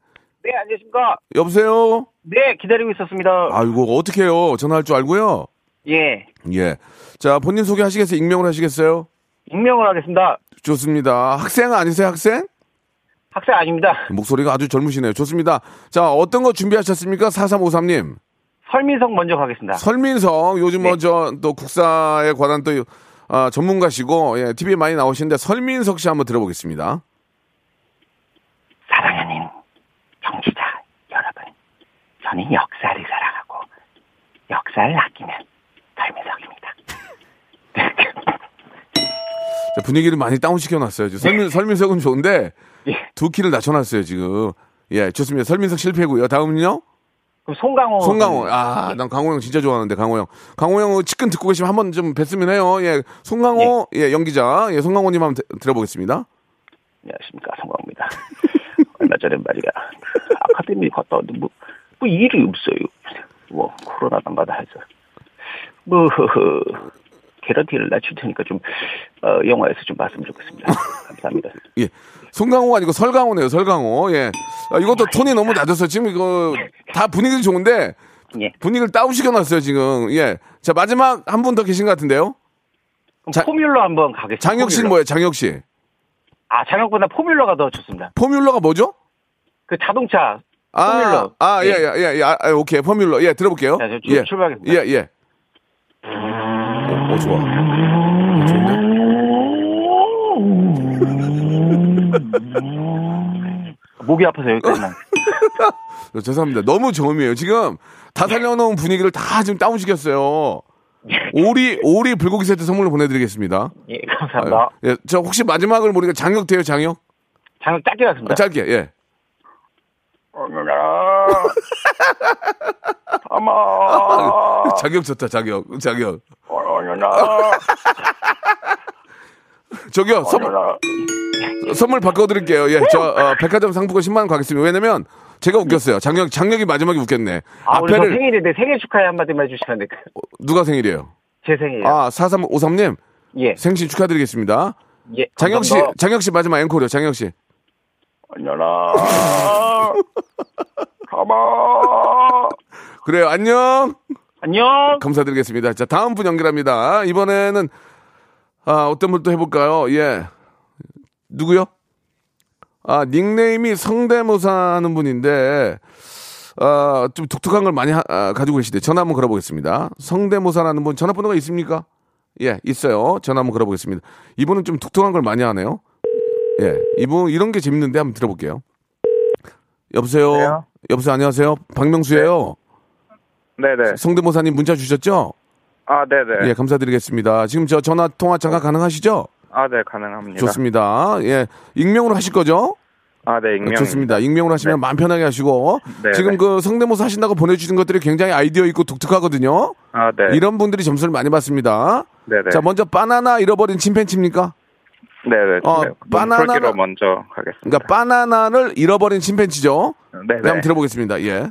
네, 안녕하십니까.
여보세요.
네, 기다리고 있었습니다.
아이고 어떡해요. 전화할 줄 알고요.
예,
예. 자, 본인 소개하시겠어요? 익명으로 하시겠어요?
익명을 하겠습니다.
좋습니다. 학생 아니세요, 학생?
학생 아닙니다.
목소리가 아주 젊으시네요. 좋습니다. 자, 어떤 거 준비하셨습니까? 4353님.
설민석 먼저 가겠습니다.
설민성 요즘 뭐저또 국사에 관한 또 아, 전문가시고 예, TV에 많이 나오시는데 설민석 씨 한번 들어보겠습니다.
사랑하는 정치자 여러분, 저는 역사를 사랑하고 역사를 아끼는 설민석입니다.
자, 분위기를 많이 다운 시켜놨어요. 지금 설민 설민석은 좋은데 두 키를 낮춰놨어요 지금. 예, 좋습니다. 설민석 실패고요. 다음은요.
그럼 송강호.
어,
송강호. 아, 난 강호 형 진짜 좋아하는데 강호 형. 강호 형 측근 듣고 계시면 한번 좀 뵀으면 해요. 예, 송강호 예, 연기자 예, 송강호님 한번 드- 들어보겠습니다.
안녕하십니까, 송강호입니다. *laughs* 얼마 전에 말이야 아카데미 갔다 왔는데 뭐, 뭐 일이 없어요. 뭐 코로나 난가다 해서 뭐 허허 개런티를 낮출 테니까 좀 어, 영화에서 좀 봤으면 좋겠습니다. 감사합니다.
예. 송강호가 아니고 설강호네요, 설강호. 예. 아, 이것도 톤이 너무 낮았어요. 지금 이거 다 분위기는 좋은데
예.
분위기를 다운시켜놨어요, 지금. 예. 자, 마지막 한 분 더 계신 것 같은데요? 자,
포뮬러 한번 가겠습니다.
장혁 씨는
포뮬러.
뭐예요, 장혁 씨?
아 장혁보다 포뮬러가 더 좋습니다.
포뮬러가 뭐죠?
그 자동차
아,
포뮬러.
아, 예, 예, 예, 예. 아, 아, 오케이. 포뮬러. 예, 들어볼게요.
출-
예.
출발하겠습니다.
예, 예. 오, 오, 좋아. 어,
목이 아파서 여기까지
네, 죄송합니다. 너무 저음이에요. 지금 다
네.
살려놓은 분위기를 다 지금 다운시켰어요. 오리, 오리 불고기 세트 선물로 보내드리겠습니다.
예 감사합니다.
예, 저 혹시 마지막을 모르니까 장혁 돼요, 장혁?
장혁 짧게 갔습니다.
짧게, 예.
아마
자격 좋다, 자격. 자격.
어려나
저기요, 선,
아, 네.
선물 바꿔드릴게요. 예, 저, 어, 백화점 상품권 10만원 가겠습니다. 왜냐면, 제가 웃겼어요. 장혁, 장혁이 마지막에 웃겼네.
아 오늘 저
앞에를,
생일인데 생일 축하해 한마디만 해주시는데
누가 생일이에요?
제 생일이에요.
아, 4353님.
예.
생신 축하드리겠습니다.
예,
장혁 씨,
감사합니다.
장혁 씨 마지막 앵콜이요, 장혁 씨.
안녕하.
그래요, 안녕.
안녕.
감사드리겠습니다. 자, 다음 분 연결합니다. 이번에는, 아, 어떤 분 또 해볼까요? 예. 누구요? 아, 닉네임이 성대모사 하는 분인데, 아, 좀 독특한 걸 많이 하- 아, 가지고 계시대. 전화 한번 걸어보겠습니다. 성대모사라는 분 전화번호가 있습니까? 예, 있어요. 전화 한번 걸어보겠습니다. 이분은 좀 독특한 걸 많이 하네요. 예, 이분 이런 게 재밌는데 한번 들어볼게요. 여보세요. 네. 여보세요. 안녕하세요. 박명수예요.
네네.
성대모사님 문자 주셨죠?
아, 네네.
예, 감사드리겠습니다. 지금 저 전화
어.
통화 잠깐 가능하시죠?
아, 네, 가능합니다.
좋습니다. 예, 익명으로 하실 거죠?
아, 네, 익명.
좋습니다. 익명으로 하시면 마음 편하게 하시고
네,
지금
네.
그 성대모사 하신다고 보내주신 것들이 굉장히 아이디어 있고 독특하거든요.
아, 네.
이런 분들이 점수를 많이 받습니다.
네, 네.
자 먼저 바나나 잃어버린 침팬치입니까?
네, 네.
어,
네.
바나나-
로 먼저 가겠습니다.
그러니까 바나나를 잃어버린 침팬치죠.
네,
한번 들어보겠습니다. 예.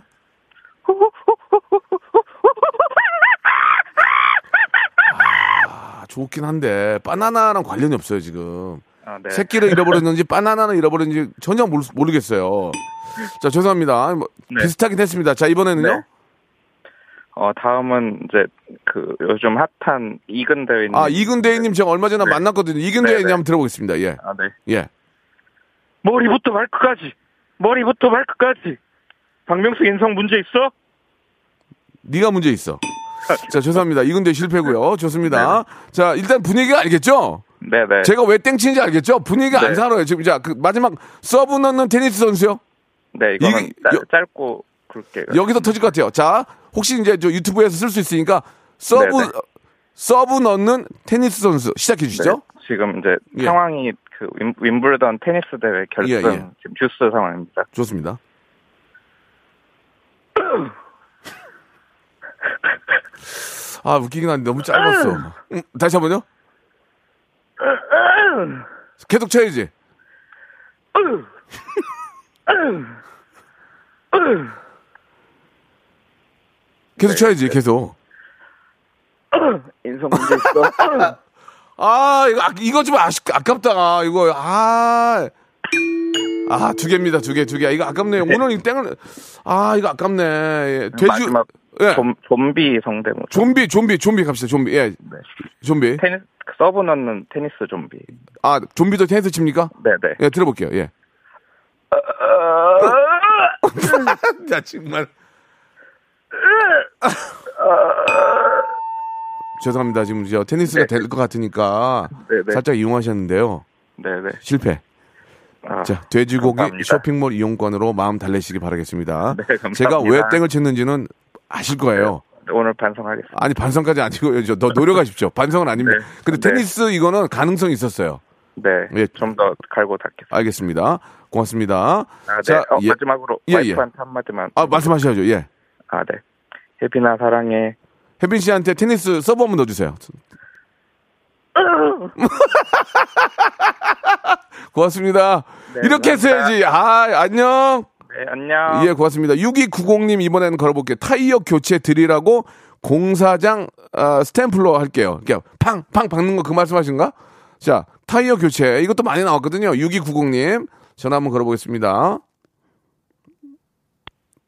아, 좋긴 한데 바나나랑 관련이 없어요 지금.
아, 네.
새끼를 잃어버렸는지 바나나는 잃어버렸는지 전혀 모르, 모르겠어요. 자 죄송합니다. 뭐,
네.
비슷하긴 했습니다. 자 이번에는요.
네. 어, 다음은 이제 그 요즘 핫한 이근 대회님.
아 이근 대위님 제가 얼마 전에 만났거든요. 이근
네,
대위님
네.
한번 들어보겠습니다. 예.
아, 네.
예.
머리부터 발끝까지. 머리부터 발끝까지. 박명수 인성 문제 있어?
네가 문제 있어. 자 죄송합니다. 이근 대위 실패고요. 좋습니다. 자 일단 분위기가 알겠죠?
네, 네.
제가 왜 땡치는지 알겠죠? 분위기가
네.
안 살아요. 지금 자 그 마지막 서브 넣는 테니스 선수요.
네, 이거는
이게-
짤-
여-
짧고 굵게.
여기서 터질 것 같아요. 자, 혹시 이제 저 유튜브에서 쓸 수 있으니까 서브
네네.
서브 넣는 테니스 선수 시작해 주시죠.
네, 지금 이제
예.
상황이 그 윈, 윈블던 테니스 대회 결승
예, 예.
지금 뉴스 상황입니다.
좋습니다. 아 웃기긴 한데 너무 짧았어. 음, 다시 한번요. 계속 쳐야지. 계속 쳐야지. 계속.
인성
*laughs*
문제 있어?
아 이거 아, 이거 좀 아쉽 아깝다. 이거 아. 아 두 개입니다 두 개 두 개. 이거 아깝네요. 오늘 이 땡을 아 이거 아깝네. 예, 돼지
마지막
예.
좀, 좀비 성대모.
좀비 좀비 좀비 갑시다 좀비 예
네.
좀비
테니스 그 서브 넣는 테니스 좀비.
아 좀비도 테니스 칩니까?
네네.
예 들어볼게요 예.
*laughs*
어? 나
*laughs*
정말 죄송합니다 지금 저 테니스가 될 것 같으니까
네. 네네.
살짝 이용하셨는데요
네네.
실패.
아,
자 돼지고기
감사합니다.
쇼핑몰 이용권으로 마음 달래시기 바라겠습니다.
네, 감사합니다.
제가 왜 땡을 쳤는지는 아실 거예요.
오늘 반성하겠습니다.
아니 반성까지 아니고요. 저더 노력하십시오. 반성은 아닙니다.
네.
근데
네.
테니스 이거는 가능성이 있었어요.
네.
예.
좀 더 갈고 닦겠습니다.
알겠습니다. 고맙습니다.
아, 네. 어,
예.
마지막으로
예, 예.
와이프한테 한마디만.
아 말씀하셔야죠. 예.
아, 네. 혜빈아 사랑해.
혜빈 씨한테 테니스 서브 한번
*laughs*
넣어주세요. 고맙습니다.
네,
이렇게
감사합니다.
했어야지. 아 안녕.
네,
아.
안녕.
예, 고맙습니다. 6290님 이번에는 걸어볼게요. 타이어 교체 드리라고 공사장 아, 스탬플로 할게요. 그냥 팡, 팡 박는 거 그 말씀하신가? 자, 타이어 교체. 이것도 많이 나왔거든요. 6290님. 전화 한번 걸어보겠습니다.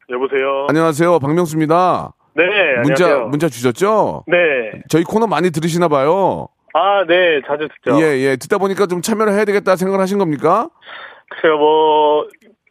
여보세요.
안녕하세요. 박명수입니다.
네,
문자,
안녕하세요.
문자 주셨죠?
네.
저희 코너 많이 들으시나 봐요.
아, 네, 자주 듣죠.
예, 예. 듣다 보니까 좀 참여를 해야 되겠다 생각을 하신 겁니까?
글쎄요, 뭐,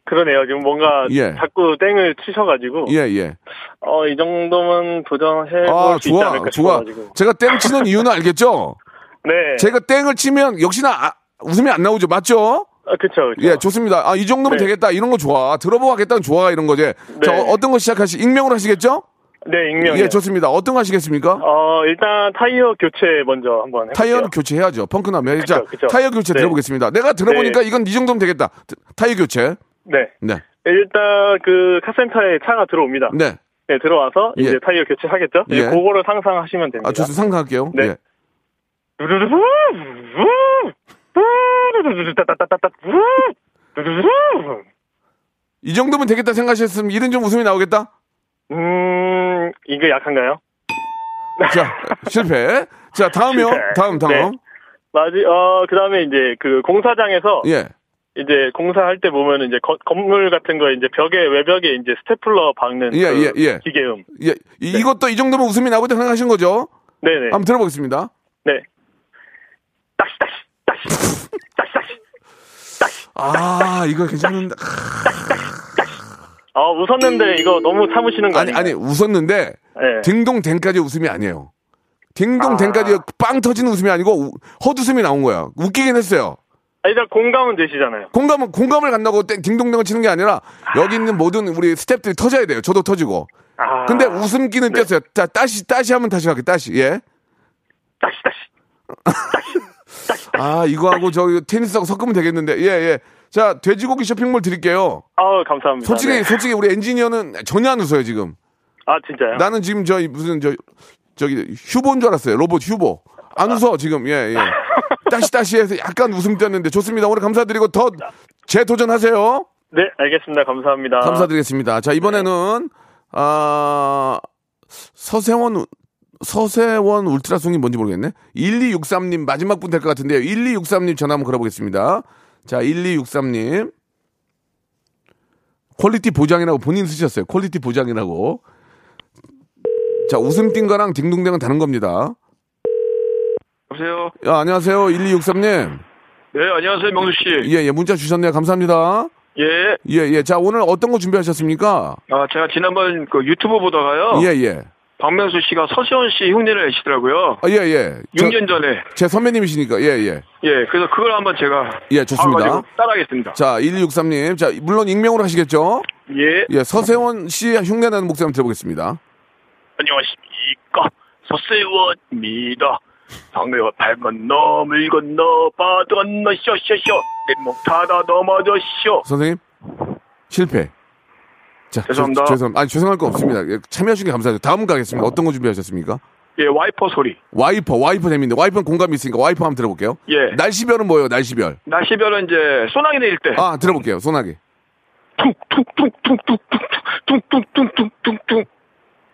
그러네요. 지금 뭔가
예.
자꾸 땡을 치셔가지고.
예, 예.
어, 이 정도면 도전해 볼
아,
수 있지
좋아,
네, 않을까
좋아.
싶어가지고.
제가 땡 치는 이유는 알겠죠?
*laughs* 네.
제가 땡을 치면 역시나 아- 웃음이 안 나오죠. 맞죠?
아, 그쵸, 그쵸.
예, 좋습니다. 아, 이 정도면
네.
되겠다. 이런 거 좋아. 들어보겠다는 좋아. 이런 거지. 자, 어, 어떤 거 시작하시, 익명으로 하시겠죠?
네, 익명.
예, 좋습니다. 어떤 거 하시겠습니까?
어, 일단 타이어 교체 먼저 한번 해볼게요.
타이어는 교체해야죠. 펑크나면. 자,
네, 그렇죠. 그쵸.
타이어 교체
네.
들어보겠습니다. 내가 들어보니까
네.
이건 이 정도면 되겠다. 트- 타이어 교체.
네.
네.
일단 그 카센터에 차가 들어옵니다.
네.
네, 들어와서
예.
이제 타이어 교체하겠죠? 이제
예.
그거를 상상하시면 됩니다.
아, 좋습니다. 상상할게요.
네.
예. 이 정도면 되겠다 생각하셨으면 이런 좀 웃음이 나오겠다?
음, 이게 약한가요?
자, 실패. 자, 다음이요.
네. 실패.
다음, 다음.
네. 맞이, 어, 그 다음에 이제 그 공사장에서
예.
이제 공사할 때 보면 이제 거- 건물 같은 거 이제 벽에 외벽에 이제 스테플러 박는
예,
그
예, 예.
기계음.
예. 이, 이것도 이 정도면 웃음이 나오겠다 생각하신 거죠?
네. 네네.
한번 들어보겠습니다.
네.
아, 이거 괜찮은데.
아
어,
웃었는데 이거 너무 참으시는 거
아니,
*laughs* 아니에요?
아니, 웃었는데,
네.
딩동댕까지 웃음이 아니에요. 딩동댕까지
아.
빵 터지는 웃음이 아니고, 우- 헛웃음이 나온 거야. 웃기긴 했어요.
아, 일단 공감은 되시잖아요.
공감은, 공감을 간다고 땡, 딩동댕을 치는 게 아니라, 여기 있는 모든 우리 스탭들이 터져야 돼요. 저도 터지고.
아.
근데 웃음기는 뺐어요. 자, 다시, 다시 하면 다시 가게, 다시, 예. 다시, 다시. 다시, 다시. 아, 이거하고 저기 테니스하고 섞으면 되겠는데, 예, 예. 자, 돼지고기 쇼핑몰 드릴게요.
아우 감사합니다.
솔직히,
네.
솔직히 우리 엔지니어는 전혀 안 웃어요, 지금.
아 진짜요?
나는 지금 저, 이 무슨 저, 저기, 휴보인 줄 알았어요. 로봇 휴보. 안 웃어, 지금.
*laughs*
예, 예. 따시따시 해서 약간 웃음 떴는데 좋습니다. 오늘 감사드리고 더 재도전하세요.
네 알겠습니다. 감사합니다.
감사드리겠습니다. 자, 이번에는, 아, 서세원, 서세원 울트라송이 뭔지 모르겠네. 1263님, 마지막 분 될 것 같은데요. 1263님 전화 한번 걸어보겠습니다. 자, 1263님. 퀄리티 보장이라고 본인 쓰셨어요. 퀄리티 보장이라고. 자, 웃음 띈 거랑 딩동댕은 다른 겁니다.
여보세요.
야, 안녕하세요. 1263님.
네, 안녕하세요, 명수 씨.
예, 예, 문자 주셨네요. 감사합니다.
예.
예, 예. 자, 오늘 어떤 거 준비하셨습니까?
아, 제가 지난번 그 유튜브
어.
보다가요.
예, 예.
박명수 씨가 서시원 씨 흉내를 내시더라고요.
아, 예, 예. 저-
6년 전에.
제 선배님이시니까, 예, 예.
예, 그래서 그걸 한번 제가.
예, 좋습니다.
아, 봐가지고 따라하겠습니다.
자, 1263님. 자, 물론 익명으로 하시겠죠?
예.
예, 서세원 씨 흉내 나는 목소리 한번 들어보겠습니다.
안녕하십니까. 서세원입니다. 상해와 발건 넘을 건너 바도 건너 쇼쇼쇼. 내목 타다 넘어져 쇼.
선생님? 실패. 자,
죄송합니다.
죄, 죄송, 아니, 죄송할 거 없습니다. 예, 참여하신 게 감사하죠. 다음 가겠습니다. 어떤 거 준비하셨습니까?
예, 와이퍼 소리.
와이퍼, 와이퍼 재밌는데, 와이퍼는 공감이 있으니까 와이퍼 한번 들어볼게요.
예.
날씨별은 뭐예요, 날씨별?
날씨별은 이제 소나기 내릴 때.
아, 들어볼게요, 소나기.
퉁퉁퉁퉁퉁퉁퉁퉁퉁퉁퉁퉁.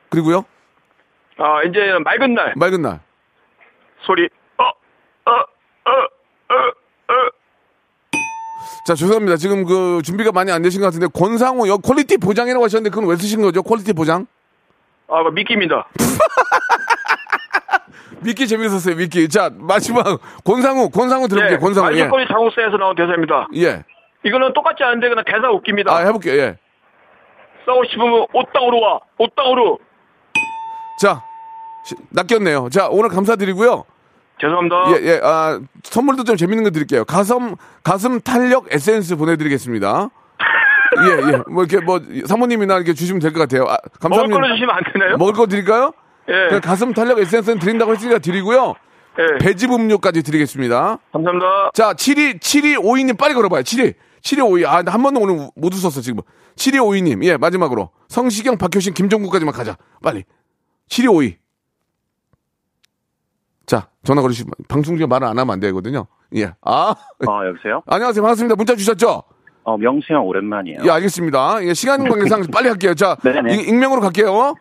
그리고요?
아, 이제는 맑은 날.
맑은 날.
소리. 어,
자, 죄송합니다. 지금 그 준비가 많이 안 되신 것 같은데, 권상우, 여, 퀄리티 보장이라고 하셨는데, 그건 왜 쓰신 거죠? 퀄리티 보장?
아, 그 미끼입니다.
미끼 재밌었어요, 미끼. 자, 마지막, 권상우, 권상우 들어볼게요, 권상우. 예.
네. 아, 말죽거리 장국사에서 나온 대사입니다.
예.
이거는 똑같지 않은데 그냥 대사 웃깁니다.
아, 해볼게요, 예.
싸우고 싶으면 옷땅으로 와. 옷땅으로.
자, 시- 낚였네요. 자, 오늘 감사드리고요.
죄송합니다.
예, 예, 아, 선물도 좀 재밌는 거 드릴게요. 가슴, 가슴 탄력 에센스 보내드리겠습니다. 예, 예. 뭐, 이렇게 뭐, 사모님이나 이렇게 주시면 될 것 같아요. 아, 감사합니다.
먹을 걸로 주시면 어, 안 되나요?
먹을 거 드릴까요?
예.
그냥 가슴 탄력 에센스는 드린다고 했으니까 드리고요.
예.
배즙 음료까지 드리겠습니다.
감사합니다.
자, 7위, 7위 5이님 빨리 걸어봐요. 7위. 7위 5이. 아, 나한 번도 오늘 못 웃었어, 지금. 7위 5이님. 예, 마지막으로. 성시경, 박효신, 김종국까지만 가자. 빨리. 7위 5이. 자, 전화 걸으시면, 방송 중에 말을 안 하면 안 되거든요. 예. 아. *laughs*
어, 여보세요?
안녕하세요. 반갑습니다. 문자 주셨죠?
어, 명수 형 오랜만이에요.
예, 알겠습니다. 예, 시간 관계상 빨리 할게요. 자,
네. 네네.
익- 익명으로 갈게요.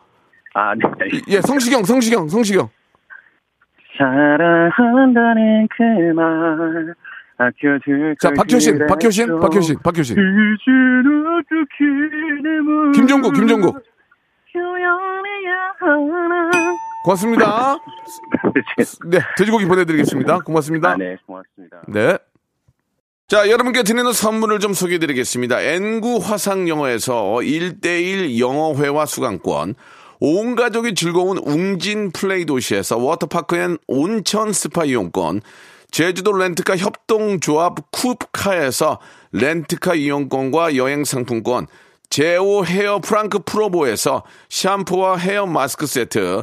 아, 네. *laughs*
예, 성시경, 성시경, 성시경.
사랑한다는 그 말 아껴둘
자,
걸
박효신,
그랬죠.
박효신, 박효신, 박효신.
이젠 어떻게 내 맘을
김종국, 김종국.
표현해야 하나.
고맙습니다. 네, 돼지고기 보내드리겠습니다. 고맙습니다.
아,
네, 고맙습니다.
네. 자, 여러분께 드리는 선물을 좀 소개해 드리겠습니다. N구 화상영어에서 1대1 영어회화 수강권, 온 가족이 즐거운 웅진 플레이 도시에서 워터파크 앤 온천 스파 이용권, 제주도 렌트카 협동조합 쿱카에서 렌트카 이용권과 여행 상품권, 제오 헤어 프랑크 프로보에서 샴푸와 헤어 마스크 세트,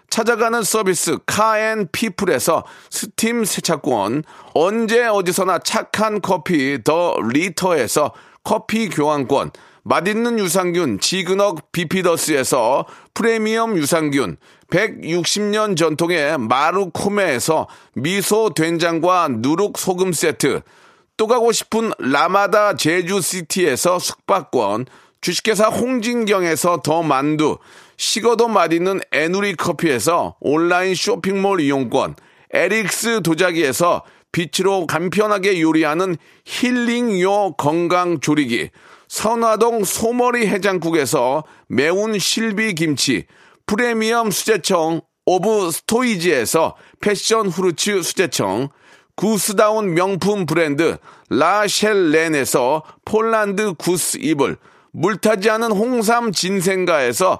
찾아가는 서비스 카앤피플에서 스팀 세차권 언제 어디서나 착한 커피 더 리터에서 커피 교환권 맛있는 유산균 지그넉 비피더스에서 프리미엄 유산균 160년 전통의 마루코메에서 미소 된장과 누룩 소금 세트 또 가고 싶은 라마다 제주시티에서 숙박권, 주식회사 홍진경에서 더 만두, 식어도 맛있는 에누리 커피에서 온라인 쇼핑몰 이용권, 에릭스 도자기에서 빛으로 간편하게 요리하는 힐링요 건강조리기, 선화동 소머리 해장국에서 매운 실비김치, 프리미엄 수제청 오브 스토이지에서 패션 후르츠 수제청, 구스다운 명품 브랜드 라셸렌에서 폴란드 구스 이불, 물타지 않은 홍삼 진생가에서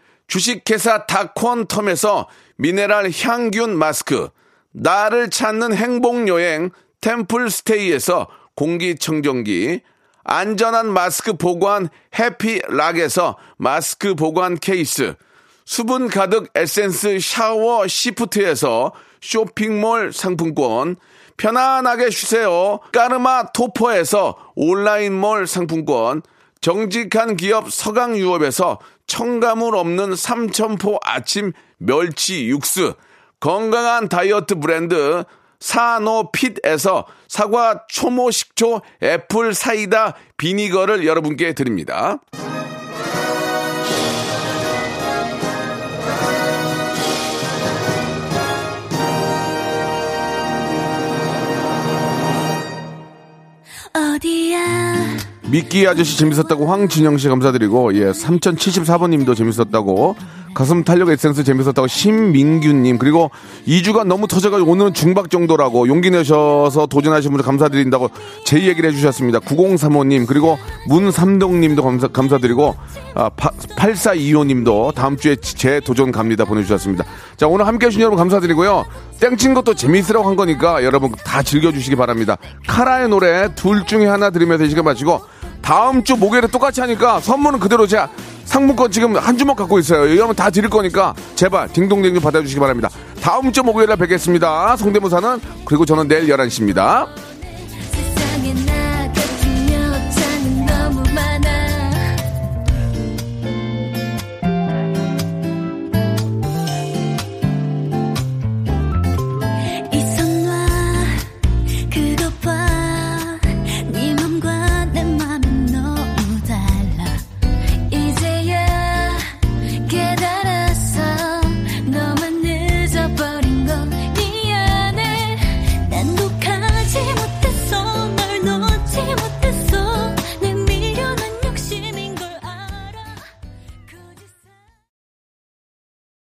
주식회사 다콘텀에서 미네랄 향균 마스크, 나를 찾는 행복여행 템플스테이에서 공기청정기, 안전한 마스크 보관 해피락에서 마스크 보관 케이스, 수분 가득 에센스 샤워 시프트에서 쇼핑몰 상품권, 편안하게 쉬세요. 까르마 토퍼에서 온라인몰 상품권, 정직한 기업 서강유업에서 첨가물 없는 삼천포 아침 멸치 육수, 건강한 다이어트 브랜드 사노핏에서 사과 초모 식초 애플 사이다 비니거를 여러분께 드립니다.
어디야
미끼 아저씨 재밌었다고 황진영 씨 감사드리고 예 3074번님도 재밌었다고 가슴 탄력 에센스 재밌었다고 신민규님 그리고 2주간 너무 터져가지고 오늘은 중박 정도라고 용기 내셔서 도전하신 분들 감사드린다고 제 얘기를 해주셨습니다 9035님 그리고 문삼동님도 감사, 감사드리고 아, 8425님도 다음 주에 제 도전 갑니다 보내주셨습니다 자 오늘 함께 해주신 여러분 감사드리고요 땡친 것도 재밌으라고 한 거니까 여러분 다 즐겨주시기 바랍니다 카라의 노래 둘 중에 하나 들으면서 이 시간 마치고 다음 주 목요일에 똑같이 하니까 선물은 그대로 제 상품권 지금 한 주먹 갖고 있어요. 여러분 다 드릴 거니까 제발 딩동댕 좀 받아주시기 바랍니다. 다음 주 목요일에 뵙겠습니다. 성대모사는 그리고 저는 내일 11시입니다.
네